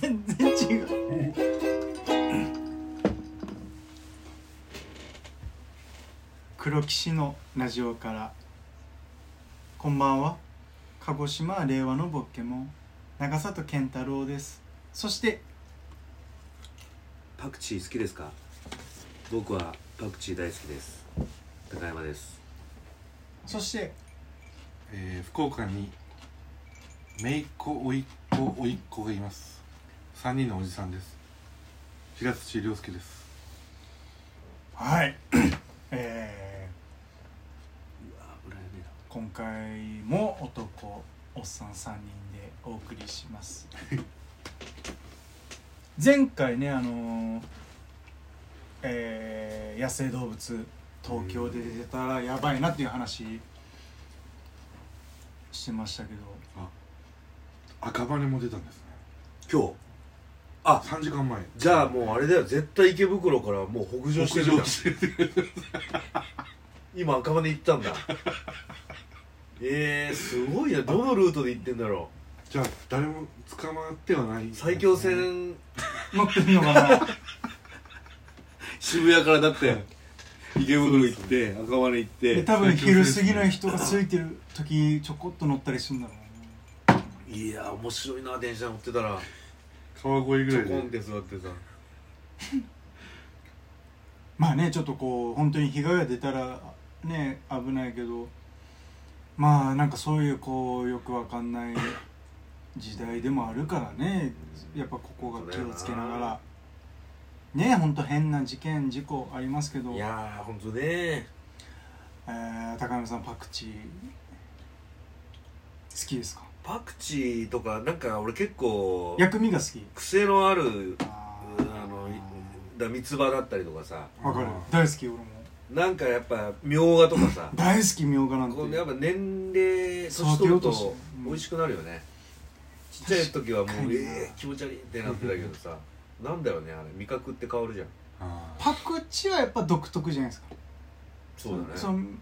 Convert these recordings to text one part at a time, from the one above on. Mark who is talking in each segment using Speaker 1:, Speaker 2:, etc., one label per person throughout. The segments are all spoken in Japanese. Speaker 1: 全然違う黒騎士のラジオからこんばんは鹿児島令和のボッケモン長里健太郎ですそして
Speaker 2: パクチー好きですか僕はパクチー大好きです高山です
Speaker 1: そして
Speaker 3: えー、福岡に姪っ子甥っ子甥っ子がいます3人のおじさんです平土亮介です
Speaker 1: はい、え
Speaker 2: うわ羨めだ
Speaker 1: ー今回も男おっさん3人でお送りします前回ねあのーえー野生動物東京で出たらやばいなっていう話してましたけど
Speaker 3: 赤羽も出たんですね
Speaker 2: 今日あ
Speaker 3: 3時間前
Speaker 2: じゃあもうあれだよ絶対池袋からもう北上してるじゃん
Speaker 3: 北上してる
Speaker 2: 今赤羽行ったんだえー、すごいなどのルートで行ってんだろ
Speaker 3: じゃあ誰も捕まってはない、
Speaker 2: う埼京線
Speaker 1: 乗ってるのかな
Speaker 2: 渋谷からだって池袋行って赤羽行っ
Speaker 1: で
Speaker 2: て
Speaker 1: 多分昼過ぎの人が空いてる時ちょこっと乗ったりするんだろうね
Speaker 2: いや面白いな電車乗ってたら
Speaker 3: 川越
Speaker 2: ち
Speaker 3: ぐ
Speaker 2: ょ
Speaker 3: らい
Speaker 2: こんって
Speaker 3: で
Speaker 2: 座ってさ
Speaker 1: まあねちょっとこう本当に被害が出たらね危ないけどまあなんかそういうこうよくわかんない時代でもあるからねやっぱここが気をつけながらね本当変な事件事故ありますけど
Speaker 2: い、やーほんとね
Speaker 1: えー高山さんパクチー好きですか
Speaker 2: パクチーとかなんか俺結構
Speaker 1: 薬味が好き
Speaker 2: 癖のある
Speaker 1: あ
Speaker 2: あ
Speaker 1: ー
Speaker 2: のいだ三つ葉だったりとかさ
Speaker 1: わかる大好き俺も
Speaker 2: なんかやっぱみょうがとかさ
Speaker 1: 大好きみょうがなんて
Speaker 2: こうやっぱ年齢
Speaker 1: そう
Speaker 2: 年取る
Speaker 1: 手落とし
Speaker 2: と
Speaker 1: うん
Speaker 2: 美味しくなるよね、ちっちゃい時はもう
Speaker 1: 確かにな
Speaker 2: えー、気持ち悪いってなってたけどさなんだよねあれ味覚って変わるじゃん
Speaker 3: あー
Speaker 1: パクチーはやっぱ独特じゃないですか
Speaker 2: そうだね
Speaker 1: そん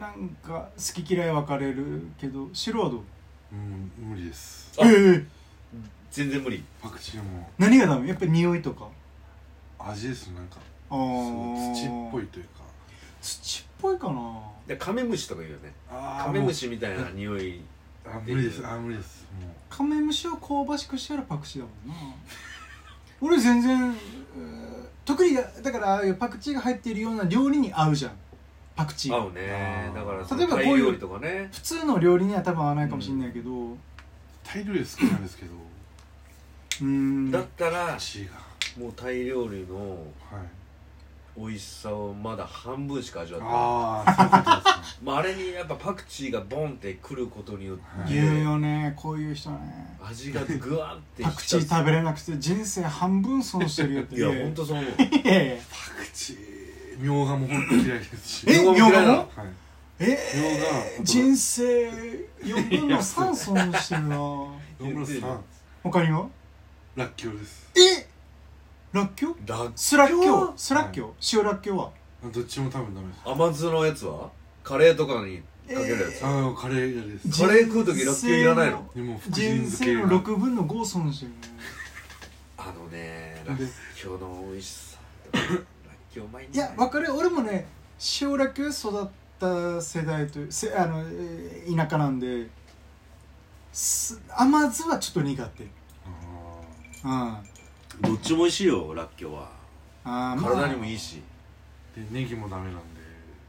Speaker 1: なんか好き嫌い分かれるけど白はどう
Speaker 3: うん無理です
Speaker 2: あ
Speaker 1: ええ
Speaker 2: 全然無理
Speaker 3: パクチーも
Speaker 1: 何がダメやっぱり匂いとか
Speaker 3: 味ですなんか
Speaker 1: あ
Speaker 3: す
Speaker 1: ー
Speaker 3: ごい土っぽいというか
Speaker 1: 土っぽいかな
Speaker 2: でカメムシとか言うよね
Speaker 3: あー
Speaker 2: カメムシみたいな匂い
Speaker 3: もうあ無理ですあー無理ですもう
Speaker 1: カメムシを香ばしくしたらパクチーだもんな俺全然、えー特にだからああいうパクチーが入っているような料理に合うじゃんパクチーが
Speaker 2: 合うね
Speaker 3: あー
Speaker 2: だからその
Speaker 1: 例えばこういう
Speaker 2: タイ料理とかね
Speaker 1: 普通の料理には多分合わないかもしれないけどう
Speaker 3: タイ料理好きなんです けど
Speaker 1: ーん
Speaker 2: だったら
Speaker 3: 血が
Speaker 2: もうタイ料理の
Speaker 3: はい
Speaker 2: 美味しさをまだ半分しか味わってない
Speaker 3: ああそういうことですね
Speaker 2: まあ、あれにやっぱパクチーがボンってくることによって
Speaker 3: はい
Speaker 1: 言うよねこういう人ね
Speaker 2: 味がグワンって
Speaker 1: パクチー食べれなくて人生半分損してるよって
Speaker 2: いやほんとそう思う
Speaker 1: いやいや
Speaker 3: 口みょうがも本当に嫌いですし
Speaker 1: え
Speaker 2: みょうがも嫌いなの
Speaker 3: はい
Speaker 1: え
Speaker 3: みょうが
Speaker 1: 人生4分の3損してるな
Speaker 3: 野村
Speaker 2: 言ってるじ
Speaker 3: さ
Speaker 2: ゃ
Speaker 3: ん
Speaker 2: ん
Speaker 1: 他には
Speaker 3: らっきょうです
Speaker 1: えらっきょう
Speaker 2: だっ
Speaker 1: スラッキョウスラッキョウ塩らっきょうは
Speaker 3: どっちも多分ダメです
Speaker 2: 甘酢のやつはカレーとかにかけるやつ、
Speaker 3: ああカレー嫌いです
Speaker 2: カレー食う時らっきょういらないの
Speaker 3: でも福神
Speaker 1: 人
Speaker 3: 漬け
Speaker 1: 生の6分の5損してるね
Speaker 2: あのねらっきょうの美味しさとからっきょううまいん
Speaker 1: い
Speaker 2: だよ
Speaker 1: や
Speaker 2: ね
Speaker 1: わかる俺もね塩らっきょう育った世代というせあのえー田舎なんです甘酢はちょっと苦手うん
Speaker 3: あ
Speaker 1: あ
Speaker 2: どっちも美味しいよらっきょうは
Speaker 1: ーまあ
Speaker 2: 体にもいいし
Speaker 3: ーでネギもダメなんで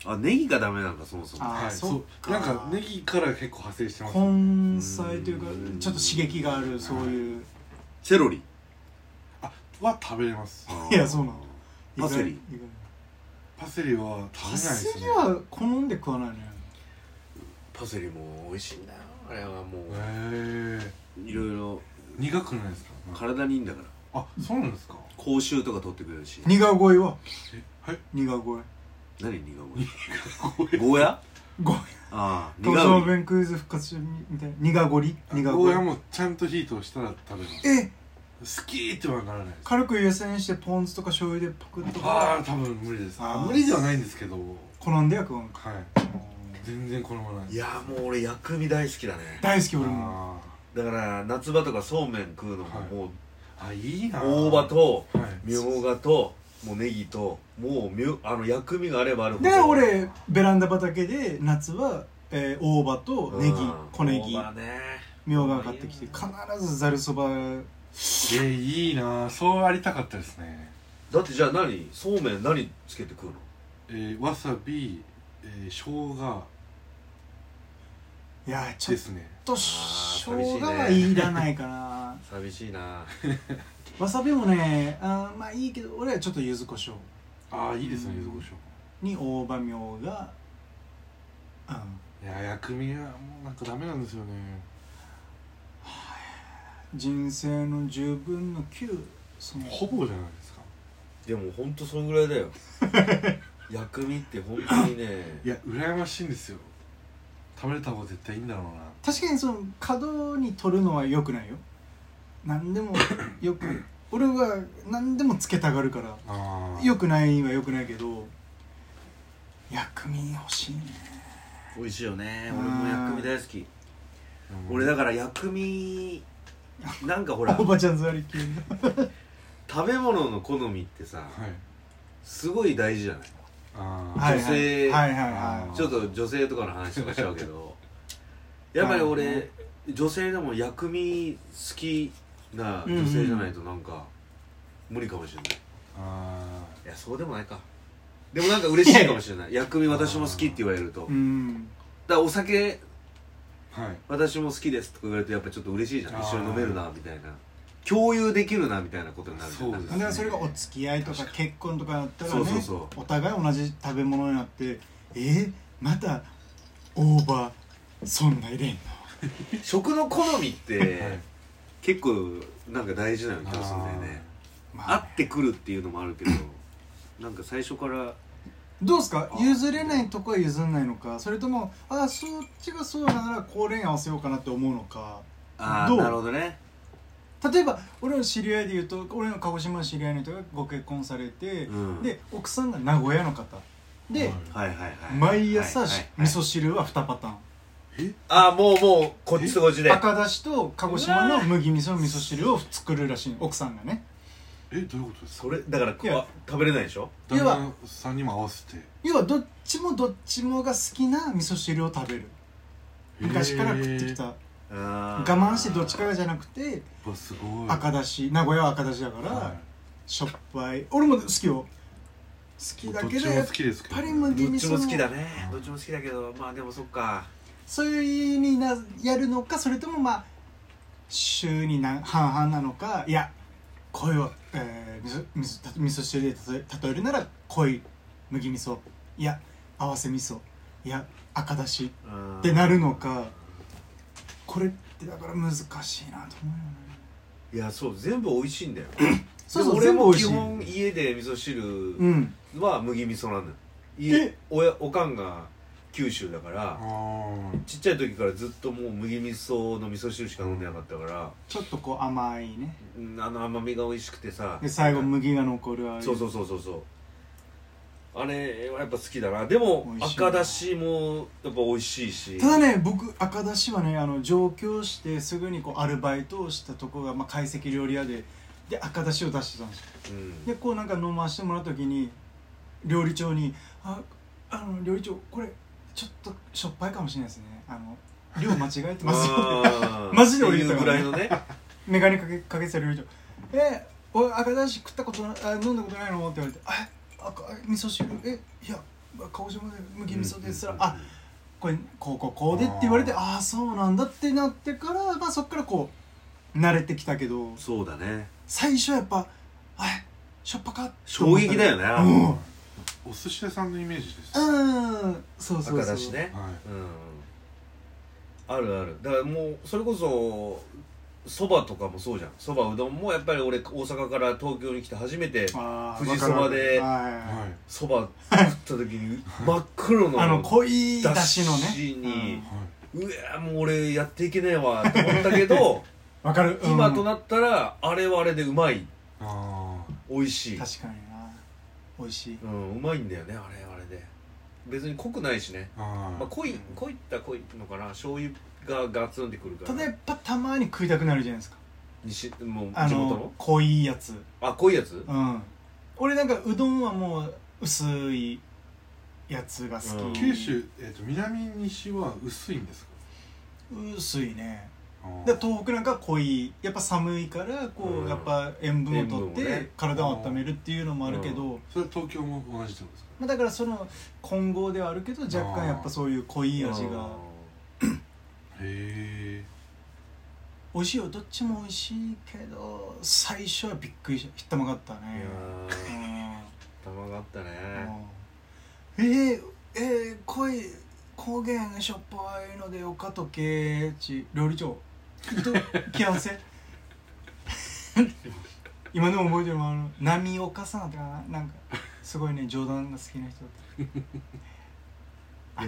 Speaker 2: あネギがダメなんかそもそも
Speaker 1: あー
Speaker 3: はい
Speaker 1: そっか
Speaker 3: なんかネギから結構派生してます
Speaker 1: 根菜というか
Speaker 2: うん
Speaker 1: ちょっと刺激があるそういう
Speaker 2: セロリ
Speaker 3: あは食べれます
Speaker 1: いやそうなの
Speaker 2: パセリ
Speaker 1: 意外意外
Speaker 3: パセリは食べない
Speaker 1: パ
Speaker 3: ですね
Speaker 1: セリは好んで食わないね
Speaker 2: パセリも美味しいんだよあれはも
Speaker 3: へえ
Speaker 2: ういろいろ
Speaker 3: 苦くないですか
Speaker 2: 体にいいんだから
Speaker 3: あそうなんですか
Speaker 2: 口臭とか取ってくれるし
Speaker 1: 苦声は
Speaker 3: えはい
Speaker 1: 苦声
Speaker 2: 何苦声ゴーヤ
Speaker 1: ゴー
Speaker 2: ああ
Speaker 1: 東
Speaker 2: 苦
Speaker 1: 証
Speaker 2: 声
Speaker 1: 弁クイズ復活みたいな苦ごり苦
Speaker 3: ゴーヤ
Speaker 1: 声
Speaker 3: もちゃんとヒートしたら食べます
Speaker 1: え
Speaker 3: 好きーってはならないです
Speaker 1: 軽く湯煎してポン酢とか醤油でパクッと
Speaker 3: あ
Speaker 1: か
Speaker 3: あ多分無理です
Speaker 1: あー
Speaker 3: 無理ではないんですけど
Speaker 1: 好んでは食わんか
Speaker 3: はい全然好まない
Speaker 2: いやーもう俺薬味大好きだね
Speaker 1: 大好き俺も
Speaker 3: あ
Speaker 2: だから夏場とかそうめん食うの
Speaker 3: はい
Speaker 2: もも
Speaker 3: ーあいいな
Speaker 2: う大葉と
Speaker 3: はい
Speaker 2: みょうがともうネギともうみょあの薬味があればあるほど
Speaker 1: で俺ベランダ畑で夏は、えー大葉とネギ
Speaker 2: うん
Speaker 1: 小ネギ
Speaker 2: 大葉ね
Speaker 1: みょうが買ってきて
Speaker 2: いい
Speaker 1: 必
Speaker 2: な
Speaker 1: ずざるそば
Speaker 3: えーいいなそうありたかったですね
Speaker 2: だってじゃあ何そうめん何つけて食うの
Speaker 3: えー、わさび、えー、生姜
Speaker 1: いやーちょ
Speaker 3: で
Speaker 1: っ
Speaker 3: すね
Speaker 1: としょうがはいらないかな
Speaker 2: 寂しいな
Speaker 1: わさびもねあーまあいいけど俺はちょっと柚子胡椒
Speaker 3: ああいいですね
Speaker 1: うん
Speaker 3: 柚子胡椒
Speaker 1: に大葉みょうがうん
Speaker 3: いや薬味はもうなんかダメなんですよね
Speaker 1: 人生の10分の9その
Speaker 3: ほぼじゃないですか
Speaker 2: でもほんとそのぐらい だよ薬味って本当にね
Speaker 3: いや羨ましいんですよ食べれた方が絶対いいんだろうな
Speaker 1: 確かにその角に取るのは良くないよ何でもよく俺は何でもつけたがるから
Speaker 3: ああ
Speaker 1: 良くないは良くないけど薬味欲しいね
Speaker 2: 美味しいよね
Speaker 1: うん
Speaker 2: 俺も薬味大好き俺だから薬味なんかほ ら
Speaker 1: おばちゃん座り系の
Speaker 2: 食べ物の好みってさ
Speaker 3: はい
Speaker 2: すごい大事じゃない
Speaker 3: ああ
Speaker 1: はいはい
Speaker 2: 女性
Speaker 1: はいはいは
Speaker 2: ちょっと女性とかの話とかしちゃうけ どやっぱり
Speaker 1: はいは
Speaker 2: 俺女性でも薬味好きな女性じゃないとなんか無理かもしれない
Speaker 3: あ
Speaker 2: いやそうでもないかでもなんか嬉しいかもしれない薬味私も好きって言われるとだ
Speaker 1: い
Speaker 2: か
Speaker 1: うん
Speaker 2: らお酒
Speaker 3: あはい
Speaker 2: 私も好きですとか言われるとやっぱちょっと嬉しいじゃん
Speaker 3: あー
Speaker 2: 一緒に飲めるなみたいな共有できるなみたいなことになるじゃん
Speaker 3: そうです
Speaker 1: だからそれがお付き合いとか結婚とかだったらね
Speaker 2: そうそうそ
Speaker 1: お互い同じ食べ物になってえー、また大葉そんな入れんの
Speaker 2: 食の好みって
Speaker 3: い
Speaker 2: 結構なんか大事なような気がするんだよね
Speaker 1: ま
Speaker 2: 合
Speaker 1: あね
Speaker 2: ってくるっていうのもあ るけどなんか最初から
Speaker 1: どうですか
Speaker 2: あ
Speaker 1: 譲れないとこは譲んないのかそれともあそっちがそうならこれに合わせようかなって思うのか
Speaker 2: あ
Speaker 1: ど
Speaker 2: あ
Speaker 1: う
Speaker 2: なるほどね
Speaker 1: 例えば俺の知り合いで言うと俺の鹿児島の知り合いの人がご結婚されて、
Speaker 2: うん
Speaker 1: で奥さんが名古屋の方で、
Speaker 3: は
Speaker 2: はい
Speaker 3: い
Speaker 2: はいはい
Speaker 1: 毎朝、
Speaker 2: はいはいはい
Speaker 1: 味噌汁は2パターン
Speaker 3: え
Speaker 2: ああもうもうこっちとこっちで
Speaker 1: 赤だしと鹿児島の麦味噌の味噌汁を作るらしい奥さんがね
Speaker 3: えどういうことですか
Speaker 2: それだからこ
Speaker 1: いや
Speaker 2: あ食べれないでしょ
Speaker 1: 要
Speaker 3: 旦
Speaker 1: は
Speaker 3: 那さんにも合わせて
Speaker 1: 要はどっちもどっちもが好きな味噌汁を食べる昔から食ってきた、
Speaker 2: 我
Speaker 1: 我慢してどっちかがじゃなくて
Speaker 3: うわすごい
Speaker 1: 赤だし名古屋は赤だしだから、
Speaker 3: は
Speaker 1: しょっぱい俺も好きよ好
Speaker 3: い
Speaker 1: き
Speaker 3: ど
Speaker 1: だ
Speaker 3: っ
Speaker 1: け
Speaker 3: ち
Speaker 1: ど
Speaker 3: も
Speaker 1: やっ
Speaker 3: 好きですけど
Speaker 1: やっぱり麦
Speaker 2: どっちも好きだね
Speaker 3: うん
Speaker 2: どっちも好きだけどまあでもそっか
Speaker 1: そういうになやるのかそれともまあ週にな半々なのかいや濃いを、えー、味噌味噌た味噌汁で例え例えるなら濃い麦味噌いや合わせ味噌いや赤だし
Speaker 2: うん
Speaker 1: ってなるのかこれってだから難しいなと思うよね
Speaker 2: いやそう全部美味しいんだよ
Speaker 1: そうそう
Speaker 2: で
Speaker 1: 全
Speaker 2: も
Speaker 1: 部
Speaker 2: 俺
Speaker 1: 美
Speaker 2: も
Speaker 1: 味
Speaker 2: 基
Speaker 1: しい
Speaker 2: 本家で味噌
Speaker 1: う
Speaker 2: 汁
Speaker 1: ん
Speaker 2: は麦味噌なのよ家
Speaker 1: え
Speaker 2: おやおかんが九州だから
Speaker 3: あー
Speaker 2: ちっちゃい時からずっともう麦味噌の味噌汁しか飲んでなかったから、
Speaker 1: ちょっとこう甘いね
Speaker 2: うんあの甘みが美味しくてさ
Speaker 1: で最後麦が残るああいう
Speaker 2: そうそうそうそうそうあれはやっぱ好きだなでも
Speaker 1: 美味しいな
Speaker 2: 赤だしもやっぱ美味しいした
Speaker 1: だね僕赤だしはねあの上京してすぐにこうアルバイトをしたとこが、まあ、懐石料理屋でで赤だしを出してたんですよ
Speaker 2: うん
Speaker 1: でこうなんか飲ましてもらった時に料理長に「ああの料理長これちょっとしょっぱいかもしれないですねあの量間違えてますよ」って
Speaker 2: あ ー
Speaker 1: マジで俺
Speaker 2: って
Speaker 1: 言った
Speaker 2: いう
Speaker 1: よ
Speaker 2: ぐらいのね
Speaker 1: 眼鏡かけかけてた料理長「えおい赤だし食ったことなあ飲んだことないの?」って言われて「あ赤味噌汁えいや鹿児島で麦味噌ですら、あこれこうこうこうでって言われて
Speaker 3: あ
Speaker 1: ああーそうなんだってなってから、まあ、そっからこう慣れてきたけど
Speaker 2: そうだね
Speaker 1: 最初はやっぱ「あれしょっぱか?」
Speaker 2: 衝撃だよね
Speaker 1: う
Speaker 2: 赤
Speaker 1: ん
Speaker 3: お寿司屋さんのイメージです、はい
Speaker 1: うんそうそうそう
Speaker 2: だしね
Speaker 3: あ
Speaker 2: うんあるあるだからもうそれこそそばとかもそうじゃんそばうどんもやっぱり俺大阪から東京に来て初めて
Speaker 1: あー
Speaker 2: 富士そばで
Speaker 1: わかるはい
Speaker 3: はい
Speaker 2: そば食った時 に真っ黒の
Speaker 1: あの濃いだしの
Speaker 2: だ
Speaker 1: ね
Speaker 2: しにう
Speaker 3: は
Speaker 2: わもう俺やっていけねえわと思ったけど
Speaker 1: わかる うん
Speaker 2: 今となったらあれはあれでうまい
Speaker 3: いあ
Speaker 2: 美味しい
Speaker 1: 確かにな美味しい
Speaker 2: うんうまいんだよねあれはあれで別に濃くないしね、
Speaker 3: あ
Speaker 2: まあ、濃い濃いったら濃いのかな醤油がガツンってくるから
Speaker 1: ただやっぱたまに食いたくなるじゃないですか
Speaker 2: 西もう
Speaker 1: あ
Speaker 2: 地元
Speaker 1: の
Speaker 2: の
Speaker 1: 濃いやつ
Speaker 2: あ濃いやつ
Speaker 1: うん俺なんかうどんはもう薄いやつが好き、
Speaker 2: うん
Speaker 3: 九州、えー、と南西は薄いんですか
Speaker 1: 薄いね
Speaker 3: あー
Speaker 1: で東北なんか濃いやっぱ寒いからこう、
Speaker 2: うん
Speaker 1: やっぱ塩分をとっ
Speaker 2: 塩分を
Speaker 1: て
Speaker 2: ね
Speaker 1: 体を温めるっていうのもあるけど、
Speaker 2: う
Speaker 3: それは東京も同じってことですか
Speaker 1: まあ、だからその混合ではあるけど若干やっぱそういう濃い味が
Speaker 3: へえ
Speaker 1: 美味しいよどっちも美味しいけど最初はびっくりしたひったまかった
Speaker 2: いや
Speaker 1: ね
Speaker 2: ー 玉があったね
Speaker 1: うんうんえー、えー、濃い高原しょっぱいのでよかとけち料理長と気合わせ 今でも覚えてるのはあの波岡さんだったかななんかすごいね冗談が好きな人
Speaker 2: いや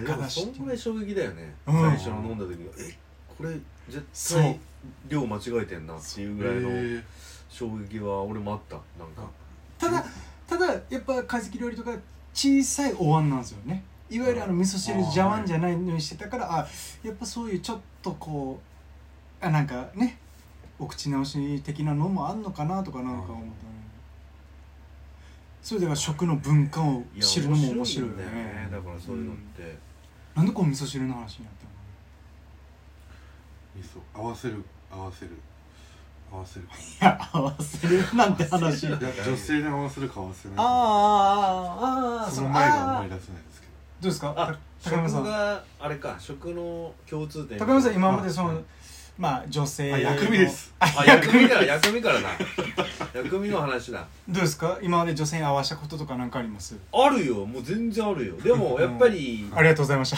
Speaker 1: だ
Speaker 2: で
Speaker 1: った赤
Speaker 2: も
Speaker 1: だし
Speaker 2: そ
Speaker 1: って
Speaker 2: ん
Speaker 1: い
Speaker 2: ぐら
Speaker 1: う
Speaker 2: い衝撃だよね、
Speaker 1: うん
Speaker 2: 最初の飲んだ時にえこれ絶
Speaker 1: そう
Speaker 2: 対量間違えてんなっていうぐらいの衝撃は俺もあったなんか
Speaker 1: ただただやっぱ懐石料理とか小さいお椀なんですよねいわゆるあの味噌汁
Speaker 3: うん
Speaker 1: 茶碗じゃないのにしてたからあやっぱそういうちょっとこうあなんかねお口直し的なのもあんのかなとかなんか思ったねそれでは食の文化を
Speaker 2: いや
Speaker 1: 知るのも面白いよ
Speaker 2: 面
Speaker 1: ね
Speaker 2: 白んだよだからそういうのって、
Speaker 1: なんでこう味噌汁の話になったの
Speaker 3: 味噌合わせる合わせる合わ せる
Speaker 1: いや合わせるなんて話
Speaker 2: 合
Speaker 1: あ
Speaker 2: わせる
Speaker 3: いや女性に合わせるか合わせないか
Speaker 1: ああああああ
Speaker 3: その前が
Speaker 1: あ
Speaker 3: 思
Speaker 1: あ
Speaker 3: い
Speaker 1: ど
Speaker 3: 出せないですけど
Speaker 1: うですか
Speaker 2: あ
Speaker 1: た
Speaker 2: 食
Speaker 1: 高山さん
Speaker 2: があれか食の共通点
Speaker 1: 高山さん今までそ
Speaker 3: は
Speaker 1: の
Speaker 3: い
Speaker 1: まあ女性
Speaker 3: あ
Speaker 1: の
Speaker 3: 薬味で す
Speaker 2: あ薬味から薬味からな薬味の話だ
Speaker 1: どうですか今まで女性に合わせたこととか何かあります
Speaker 2: あるよもう全然あるよでもやっぱり
Speaker 1: ありがとうございました